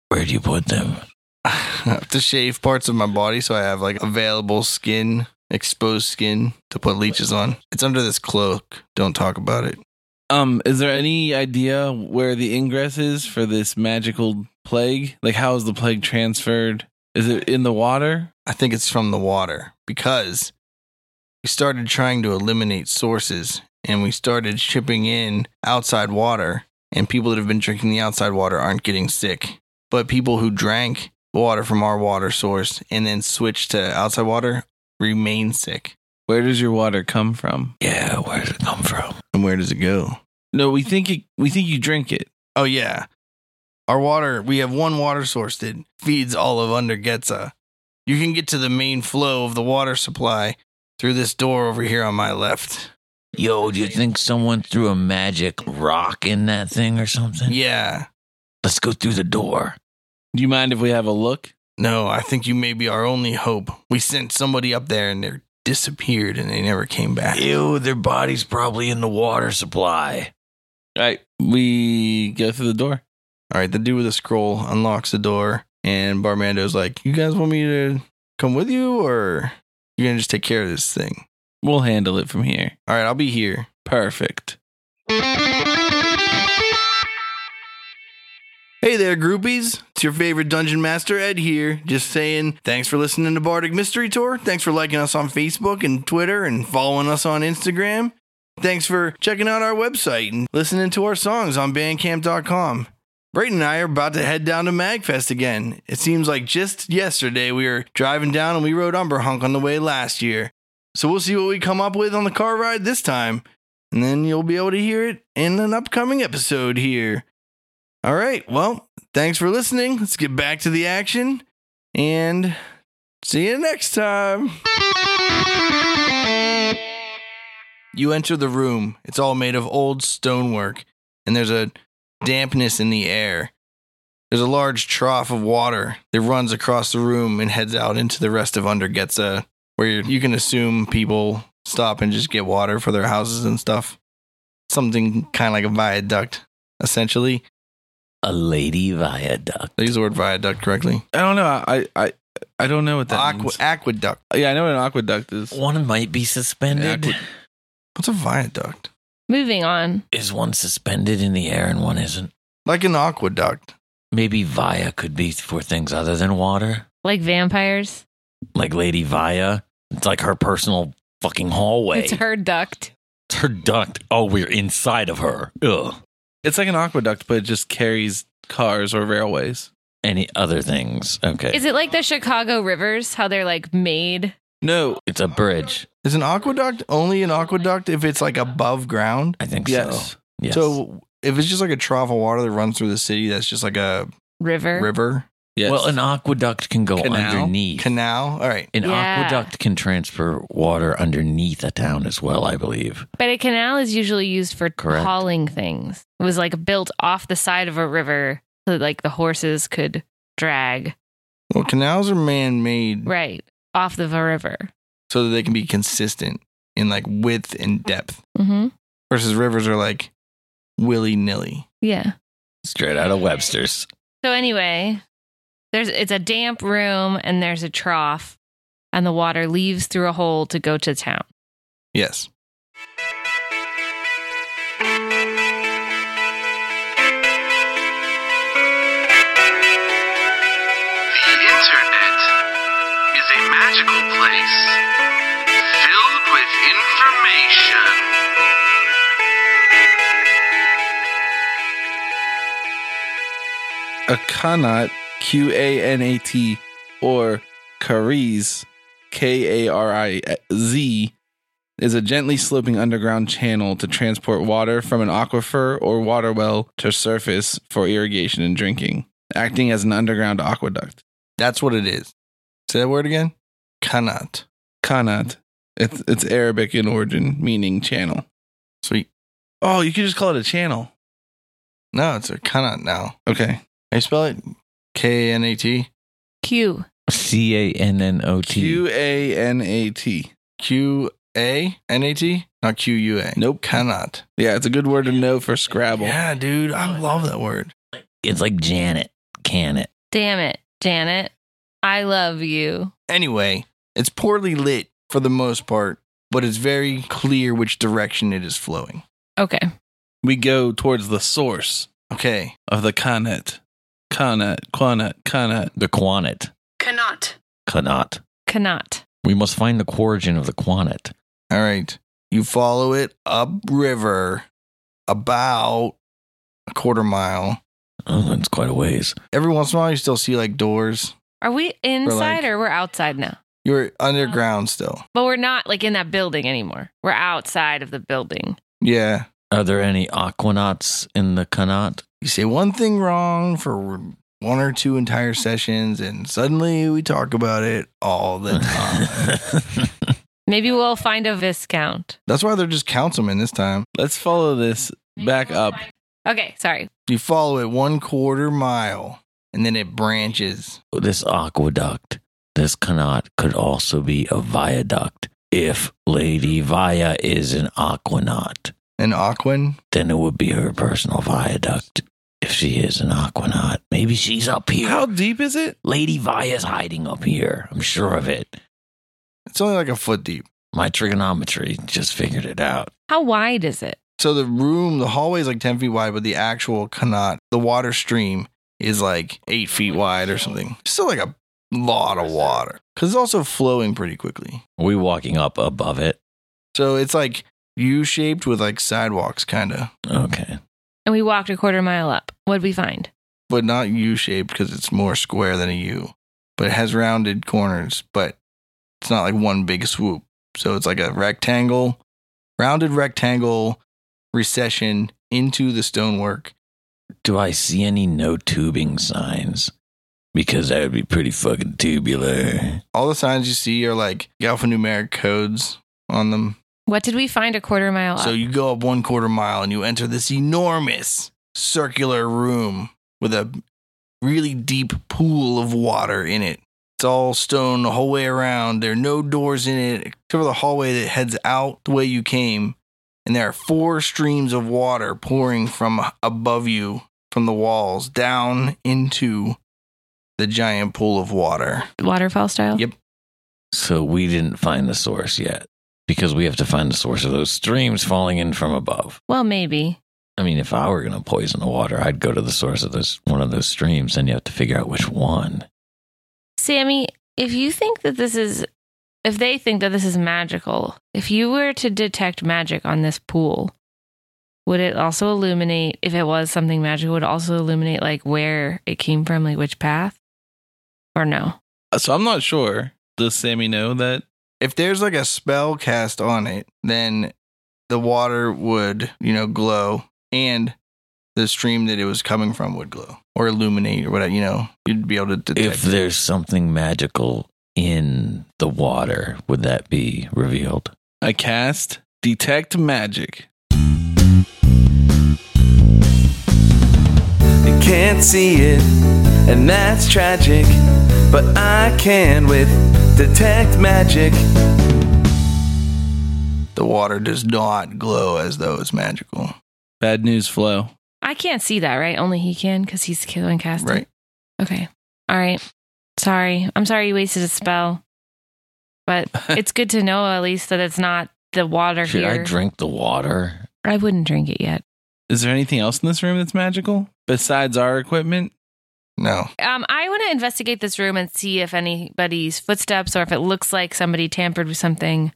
Speaker 2: Where do you put them?
Speaker 1: I have to shave parts of my body so I have like available skin, exposed skin to put leeches on. It's under this cloak. Don't talk about it.
Speaker 5: Um, is there any idea where the ingress is for this magical plague? Like, how is the plague transferred? Is it in the water?
Speaker 1: I think it's from the water because we started trying to eliminate sources and we started shipping in outside water, and people that have been drinking the outside water aren't getting sick. But people who drank water from our water source and then switched to outside water remain sick.
Speaker 5: Where does your water come from?
Speaker 2: Yeah, where does it come from?
Speaker 1: And where does it go?
Speaker 5: No, we think it, we think you drink it.
Speaker 1: Oh, yeah. Our water, we have one water source that feeds all of Undergetza. You can get to the main flow of the water supply through this door over here on my left.
Speaker 2: Yo, do you think someone threw a magic rock in that thing or something?
Speaker 1: Yeah.
Speaker 2: Let's go through the door.
Speaker 5: Do you mind if we have a look?
Speaker 1: No, I think you may be our only hope. We sent somebody up there and they disappeared and they never came back.
Speaker 2: Ew, their body's probably in the water supply.
Speaker 5: All right, we go through the door.
Speaker 1: All right, the dude with the scroll unlocks the door and Barmando's like, You guys want me to come with you or you're going to just take care of this thing?
Speaker 5: We'll handle it from here.
Speaker 1: All right, I'll be here.
Speaker 5: Perfect.
Speaker 1: Hey there, groupies. It's your favorite dungeon master, Ed, here. Just saying, thanks for listening to Bardic Mystery Tour. Thanks for liking us on Facebook and Twitter and following us on Instagram. Thanks for checking out our website and listening to our songs on bandcamp.com. Brayton and I are about to head down to MagFest again. It seems like just yesterday we were driving down and we rode Umberhunk on the way last year. So we'll see what we come up with on the car ride this time. And then you'll be able to hear it in an upcoming episode here. All right, well, thanks for listening. Let's get back to the action and see you next time. You enter the room. It's all made of old stonework, and there's a dampness in the air. There's a large trough of water that runs across the room and heads out into the rest of Undergetza, where you can assume people stop and just get water for their houses and stuff. Something kind of like a viaduct, essentially.
Speaker 2: A lady viaduct.
Speaker 1: They use the word viaduct correctly.
Speaker 5: I don't know. I I I don't know what that
Speaker 1: Aqua-
Speaker 5: means.
Speaker 1: aqueduct.
Speaker 5: Yeah, I know what an aqueduct is.
Speaker 2: One might be suspended.
Speaker 5: Aqua-
Speaker 1: What's a viaduct?
Speaker 3: Moving on.
Speaker 2: Is one suspended in the air and one isn't?
Speaker 1: Like an aqueduct.
Speaker 2: Maybe via could be for things other than water.
Speaker 3: Like vampires.
Speaker 2: Like Lady Via. It's like her personal fucking hallway.
Speaker 7: It's her duct.
Speaker 2: It's her duct. Oh, we're inside of her. Ugh.
Speaker 5: It's like an aqueduct, but it just carries cars or railways.
Speaker 2: Any other things? Okay.
Speaker 3: Is it like the Chicago rivers, how they're like made?
Speaker 5: No,
Speaker 2: it's a bridge.
Speaker 1: Is an aqueduct only an aqueduct if it's like above ground?
Speaker 2: I think
Speaker 5: yes.
Speaker 2: so. Yes.
Speaker 1: So if it's just like a trough of water that runs through the city, that's just like a
Speaker 3: River.
Speaker 1: river
Speaker 5: Yes.
Speaker 2: Well, an aqueduct can go
Speaker 5: Canal?
Speaker 2: underneath.
Speaker 1: canal. All right.
Speaker 2: An
Speaker 3: Yeah.
Speaker 2: aqueduct can transfer water underneath a town as well, I believe.
Speaker 3: But a canal is usually used for
Speaker 2: Correct.
Speaker 3: hauling things. It was like built off the side of a river so that like the horses could drag
Speaker 1: Well, canals are man-made
Speaker 3: right off of a river.
Speaker 1: so that they can be consistent in like width and depth.
Speaker 3: Mm-hmm.
Speaker 1: Versus rivers are like willy-nilly.
Speaker 3: Yeah.
Speaker 2: Straight out of Webster's.
Speaker 3: So anyway, there's it's a damp room and there's a trough and the water leaves through a hole to go to town.
Speaker 1: Yes.
Speaker 8: The internet is a magical place filled with information.
Speaker 5: Akanat, Q A N A T, or Kariz, K A R I Z, is a gently sloping underground channel to transport water from an aquifer or water well to surface for irrigation and drinking, acting as an underground aqueduct.
Speaker 1: That's what it is. Say that word again. Kanat.
Speaker 5: Kanat, it's, it's Arabic in origin, meaning channel.
Speaker 1: Sweet.
Speaker 5: Oh, you could just call it a channel.
Speaker 1: No, it's a kanat now.
Speaker 5: Okay.
Speaker 1: How you spell it? K N A T
Speaker 3: Q.
Speaker 2: C A N N O T.
Speaker 5: Q A N A T.
Speaker 1: Q A N A T, not Q U A.
Speaker 5: Nope.
Speaker 1: Kanat.
Speaker 5: Yeah, it's a good word to know for Scrabble.
Speaker 1: Yeah, dude, I love that word.
Speaker 2: It's like Janet. Can it?
Speaker 3: Damn it, Janet. I love you.
Speaker 1: Anyway, it's poorly lit for the most part, but it's very clear which direction it is flowing.
Speaker 3: Okay.
Speaker 5: We go towards the source
Speaker 1: Okay.
Speaker 5: of the Kanat. Kanat, Quanat, Kanat.
Speaker 2: The Quanet.
Speaker 9: Cannot.
Speaker 2: Cannot.
Speaker 3: Cannot.
Speaker 2: We must find the origin of the Quanet.
Speaker 1: All right. You follow it upriver about a quarter mile.
Speaker 2: Oh, that's quite a ways.
Speaker 1: Every once in a while, you still see like doors.
Speaker 3: Are we inside
Speaker 1: like-
Speaker 3: or we're outside now?
Speaker 1: You're underground still.
Speaker 3: But we're not like in that building anymore. We're outside of the building.
Speaker 1: Yeah.
Speaker 2: Are there any aquanauts in the Cannot?
Speaker 1: You say one thing wrong for one or two entire sessions, and suddenly we talk about it all the time.
Speaker 3: Maybe we'll find a viscount.
Speaker 1: That's why they're just councilmen this time.
Speaker 5: Let's follow this back up.
Speaker 3: Okay, sorry.
Speaker 1: You follow it one quarter mile, and then it branches.
Speaker 2: this aqueduct, this Cannot could also be a viaduct. If Lady Via is an aquanaut,
Speaker 1: And Aquin,
Speaker 2: then it would be her personal viaduct. If she is an aquanaut, maybe she's up here.
Speaker 5: How deep is it?
Speaker 2: Lady Via's hiding up here. I'm sure of it.
Speaker 1: it's only like a foot deep.
Speaker 2: My trigonometry just figured it out.
Speaker 3: How wide is it?
Speaker 1: So the room, the hallway is like 10 feet wide, but the actual canot, the water stream, is like eight feet wide or something. Still like a lot of water because it's also flowing pretty quickly.
Speaker 2: Are we walking up above it?
Speaker 1: So it's like U shaped with like sidewalks, kind of,
Speaker 2: Okay.
Speaker 3: And we walked a quarter mile up. What'd we find?
Speaker 1: but not U shaped because it's more square than a U, but it has rounded corners, but it's not like one big swoop. So it's like a rectangle, rounded rectangle recession into the stonework.
Speaker 2: Do I see any no tubing signs? Because that would be pretty fucking tubular.
Speaker 1: All the signs you see are like alphanumeric codes on them.
Speaker 3: What did we find a quarter mile up?
Speaker 1: So you go up one quarter mile and you enter this enormous circular room with a really deep pool of water in it. It's all stone the whole way around. There are no doors in it except for the hallway that heads out the way you came. And there are four streams of water pouring from above you from the walls down into the giant pool of water.
Speaker 3: Waterfall style?
Speaker 1: Yep.
Speaker 2: So we didn't find the source yet. Because we have to find the source of those streams falling in from above.
Speaker 3: Well, maybe.
Speaker 2: I mean, if I were going to poison the water, I'd go to the source of this one of those streams, and you have to figure out which one.
Speaker 3: Sammy, if you think that this is, if they think that this is magical, if you were to detect magic on this pool, would it also illuminate, if it was something magical, would it also illuminate like where it came from, like which path? Or no?
Speaker 5: So I'm not sure. Does Sammy know that?
Speaker 1: if there's like a spell cast on it, then the water would, you know, glow and the stream that it was coming from would glow or illuminate or whatever, you know, you'd be able to detect.
Speaker 2: If there's something magical in the water, would that be revealed?
Speaker 5: I cast Detect Magic.
Speaker 10: You can't see it, and that's tragic. But I can with Detect Magic.
Speaker 1: the water does not glow as though it's magical,
Speaker 5: Bad news flow.
Speaker 3: I can't see that, right? Only he can because he's killing casting.
Speaker 1: right?
Speaker 3: Okay. All right. Sorry. I'm sorry you wasted a spell. But it's good to know at least that it's not the water
Speaker 2: Should
Speaker 3: here.
Speaker 2: I drink the water?
Speaker 3: I wouldn't drink it yet.
Speaker 5: Is there anything else in this room that's magical besides our equipment?
Speaker 1: No.
Speaker 3: Um, I want to investigate this room and see if anybody's footsteps or if it looks like somebody tampered with something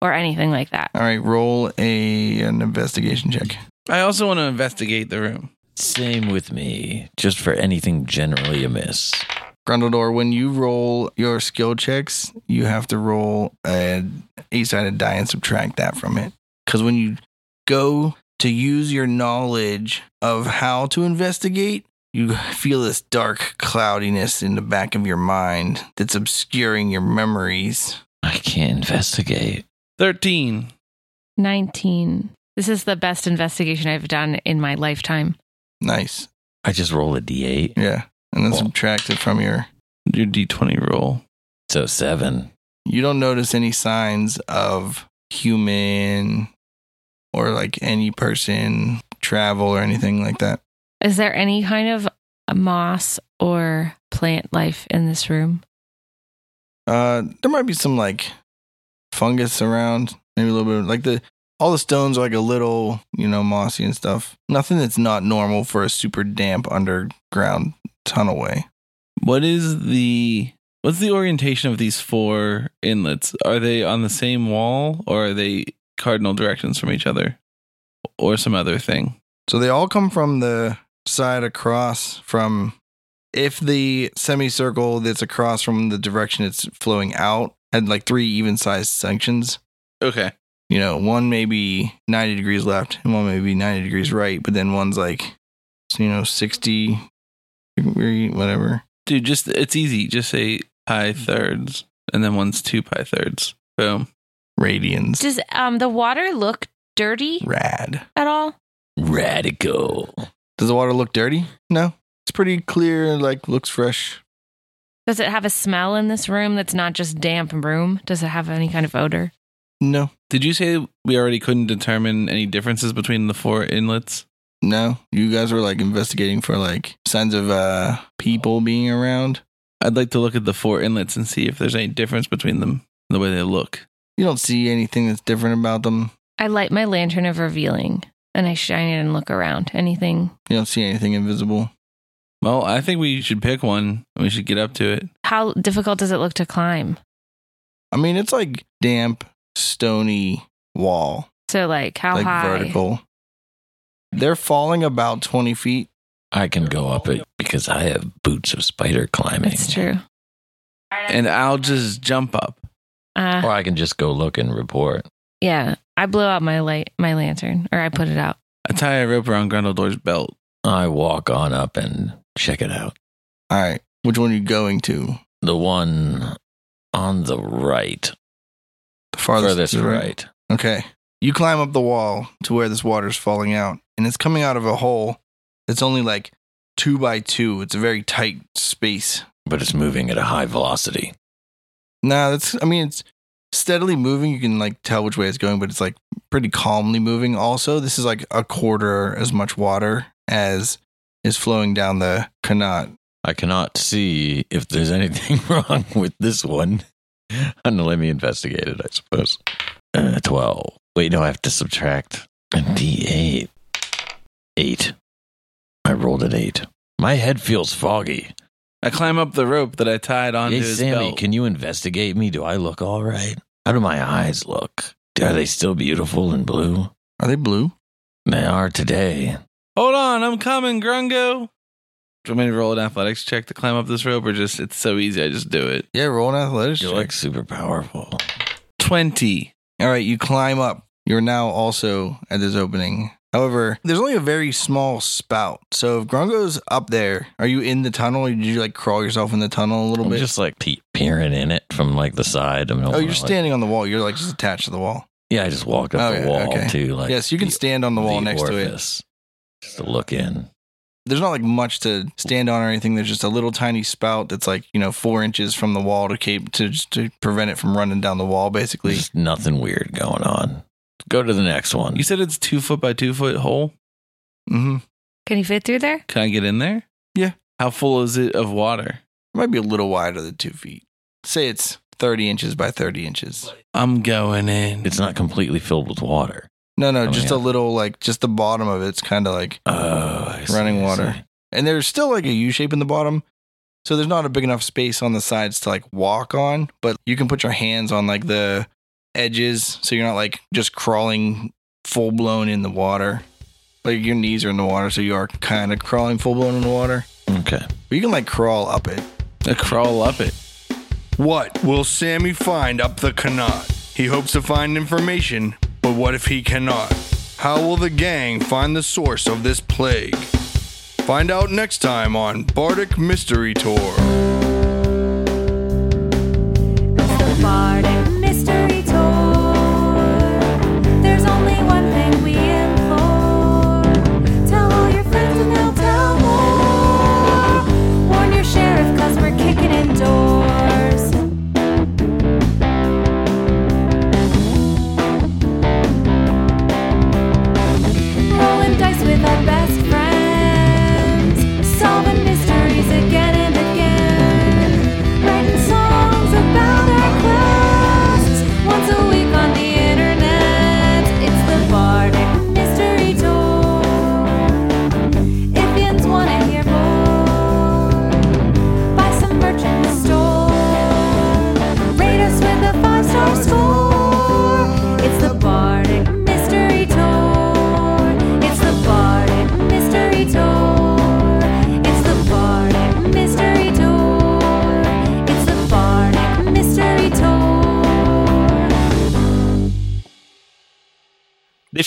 Speaker 3: or anything like that.
Speaker 1: All right, roll a an investigation check.
Speaker 5: I also want to investigate the room.
Speaker 2: Same with me. Just for anything generally amiss.
Speaker 1: Grundledor, when you roll your skill checks, you have to roll an eight sided die and subtract that from it. Because when you go to use your knowledge of how to investigate, you feel this dark cloudiness in the back of your mind that's obscuring your memories.
Speaker 2: I can't investigate.
Speaker 5: 13.
Speaker 3: 19. This is the best investigation I've done in my lifetime.
Speaker 1: Nice.
Speaker 2: I just roll a d8.
Speaker 1: Yeah. And then
Speaker 2: Cool.
Speaker 1: subtract it from your.
Speaker 5: Your d20 roll.
Speaker 2: So seven.
Speaker 1: You don't notice any signs of human or like any person travel or anything like that.
Speaker 3: Is there any kind of moss or plant life in this room?
Speaker 1: Uh, there might be some like fungus around, maybe a little bit. Like the all the stones are like a little, you know, mossy and stuff. Nothing that's not normal for a super damp underground tunnelway.
Speaker 5: What is the what's the orientation of these four inlets? Are they on the same wall or are they cardinal directions from each other? Or some other thing?
Speaker 1: So they all come from the side across from. If the semicircle that's across from the direction it's flowing out had like three even sized sections,
Speaker 5: Okay.
Speaker 1: you know, one may be 90 degrees left and one may be 90 degrees right, but then one's like, you know, 60 degree, whatever.
Speaker 5: Dude, just it's easy. Just say pi thirds and then one's two pi thirds. Boom.
Speaker 1: Radians.
Speaker 3: Does um the water look dirty
Speaker 1: Rad.
Speaker 3: at all?
Speaker 2: Radical.
Speaker 1: Does the water look dirty? No. It's pretty clear, like, looks fresh.
Speaker 3: Does it have a smell in this room that's not just damp room? Does it have any kind of odor?
Speaker 1: No.
Speaker 5: Did you say we already couldn't determine any differences between the four inlets?
Speaker 1: No. You guys were like investigating for like signs of uh people being around.
Speaker 5: I'd like to look at the four inlets and see if there's any difference between them, the way they look.
Speaker 1: You don't see anything that's different about them.
Speaker 3: I light my lantern of revealing and I shine it and look around. Anything?
Speaker 1: You don't see anything invisible.
Speaker 5: Well, I think we should pick one. and We should get up to it.
Speaker 3: How difficult does it look to climb?
Speaker 1: I mean, it's like damp, stony wall.
Speaker 3: So like how
Speaker 1: like
Speaker 3: high?
Speaker 1: vertical. They're falling about 20 feet.
Speaker 2: I can go up it because I have boots of spider climbing.
Speaker 3: That's true.
Speaker 5: And I'll just jump up.
Speaker 3: Uh,
Speaker 2: Or I can just go look and report.
Speaker 3: yeah, I blow out my light, my lantern, or I put it out.
Speaker 5: I tie a rope around Grundledor's belt.
Speaker 2: I walk on up and check it out.
Speaker 1: All right. Which one are you going to?
Speaker 2: The one on the right.
Speaker 1: The farthest,
Speaker 2: Furthest
Speaker 1: to the
Speaker 2: right.
Speaker 1: Okay. You climb up the wall to where this water's falling out, and it's coming out of a hole that's only like two by two. It's a very tight space.
Speaker 2: But it's moving at a high velocity.
Speaker 1: Nah, that's, I mean, it's steadily moving. You can like tell which way it's going, but it's like pretty calmly moving. Also, this is like a quarter as much water as is flowing down the canot.
Speaker 2: I cannot see if there's anything wrong with this one. And let me investigate it, I suppose. Uh, 12. Wait, no, I have to subtract a d8. 8. I rolled an 8. My head feels foggy.
Speaker 5: I climb up the rope that I tied onto
Speaker 2: Hey,
Speaker 5: his
Speaker 2: Sammy,
Speaker 5: belt.
Speaker 2: can you investigate me? Do I look all right? How do my eyes look? Are they still beautiful and blue?
Speaker 1: Are they blue?
Speaker 2: They are today.
Speaker 5: Hold on, I'm coming, Grungo. Do you want me to roll an athletics check to climb up this rope, or just it's so easy, I just do it?
Speaker 1: Yeah, roll an athletics.
Speaker 2: You
Speaker 1: check.
Speaker 2: look super powerful.
Speaker 5: 20.
Speaker 1: All right, you climb up. You're now also at this opening. However, there's only a very small spout. So if Grungo's up there, are you in the tunnel? Or did you like crawl yourself in the tunnel a little
Speaker 2: I'm
Speaker 1: bit?
Speaker 2: just like pe- peering in it from like the side. I'm
Speaker 1: oh, you're
Speaker 2: like,
Speaker 1: standing on the wall. You're like just attached to the wall.
Speaker 2: Yeah, I just walked up
Speaker 1: Okay,
Speaker 2: the wall
Speaker 1: okay.
Speaker 2: too. Like
Speaker 1: yes, you can stand on the wall next to it.
Speaker 2: to it, just to look in.
Speaker 1: There's not like much to stand on or anything. There's just a little tiny spout that's like you know four inches from the wall to keep to just to prevent it from running down the wall. Basically,
Speaker 2: There's nothing weird going on. Go to the next one.
Speaker 5: You said it's two foot by two foot hole.
Speaker 1: mm-hmm.
Speaker 3: Can you fit through there?
Speaker 5: Can I get in there?
Speaker 1: Yeah.
Speaker 5: How full is it of water?
Speaker 1: might be a little wider than two feet. Say it's thirty inches by thirty inches.
Speaker 5: I'm going in.
Speaker 2: it's not completely filled with water.
Speaker 1: No, no,
Speaker 2: Coming
Speaker 1: just a
Speaker 2: up.
Speaker 1: little like just the bottom of it's kind of like,
Speaker 2: Oh, I see,
Speaker 1: Running
Speaker 2: I
Speaker 1: water.
Speaker 2: see.
Speaker 1: and there's still like a U shape in the bottom, so there's not a big enough space on the sides to like walk on, but you can put your hands on like the edges, so you're not like just crawling full blown in the water. Like your knees are in the water, so you are kind of crawling full blown in the water.
Speaker 2: Okay.
Speaker 1: But you can like crawl up it.
Speaker 5: I crawl up it.
Speaker 6: What will Sammy find up the canot? He hopes to find information, but what if he cannot? How will the gang find the source of this plague? Find out next time on Bardic Mystery Tour.
Speaker 9: The Bardic Mystery Tour. There's only one thing we implore. Tell all your friends and they'll tell more. Warn your sheriff cause we're kicking in doors. Rolling dice with our best friends. Solving mysteries again and again. Writing songs about our quests once a week on the internet. It's the Bardic Mystery Tour. If you wanna hear more, buy some merch in the store. Rate us with a five star score. It's the Bardic Mystery Tour. It's the Bardic Mystery Tour. It's the Bardic Mystery Tour. It's the Bardic Mystery Tour.
Speaker 11: This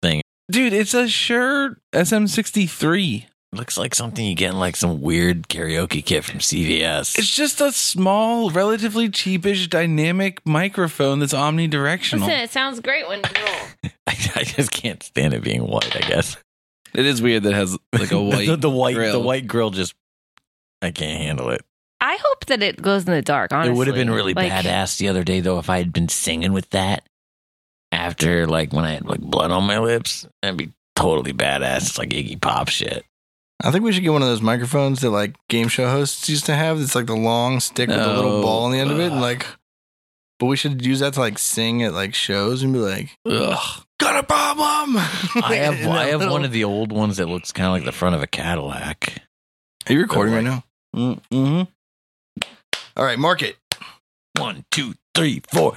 Speaker 2: thing?
Speaker 5: Dude, it's a Shure SM63.
Speaker 2: Looks like something you get in like some weird karaoke kit from CVS.
Speaker 5: It's just a small, relatively cheapish dynamic microphone that's omnidirectional.
Speaker 3: Listen, it sounds great when you roll.
Speaker 2: I, I just can't stand it being white. I guess
Speaker 5: It is weird that it has like a white.
Speaker 2: the, the white the
Speaker 5: grill.
Speaker 2: white grill just I can't handle it.
Speaker 3: I hope that it goes in the dark. Honestly,
Speaker 2: It would have been really
Speaker 3: Like,
Speaker 2: badass the other day though if I had been singing with that after like when I had like blood on my lips. That'd be totally badass. It's like Iggy Pop shit.
Speaker 1: I think we should get one of those microphones that like game show hosts used to have. It's like the long stick with the
Speaker 5: No.
Speaker 1: little ball on the end of it. and, like, but we should use that to like sing at like shows and be like,
Speaker 5: Ugh.
Speaker 1: "Got a problem."
Speaker 2: I have I have one of the old ones that looks kind of like the front of a Cadillac.
Speaker 1: Are you recording right now?
Speaker 5: Mm-hmm.
Speaker 1: All right, mark it.
Speaker 2: One, two, three, four.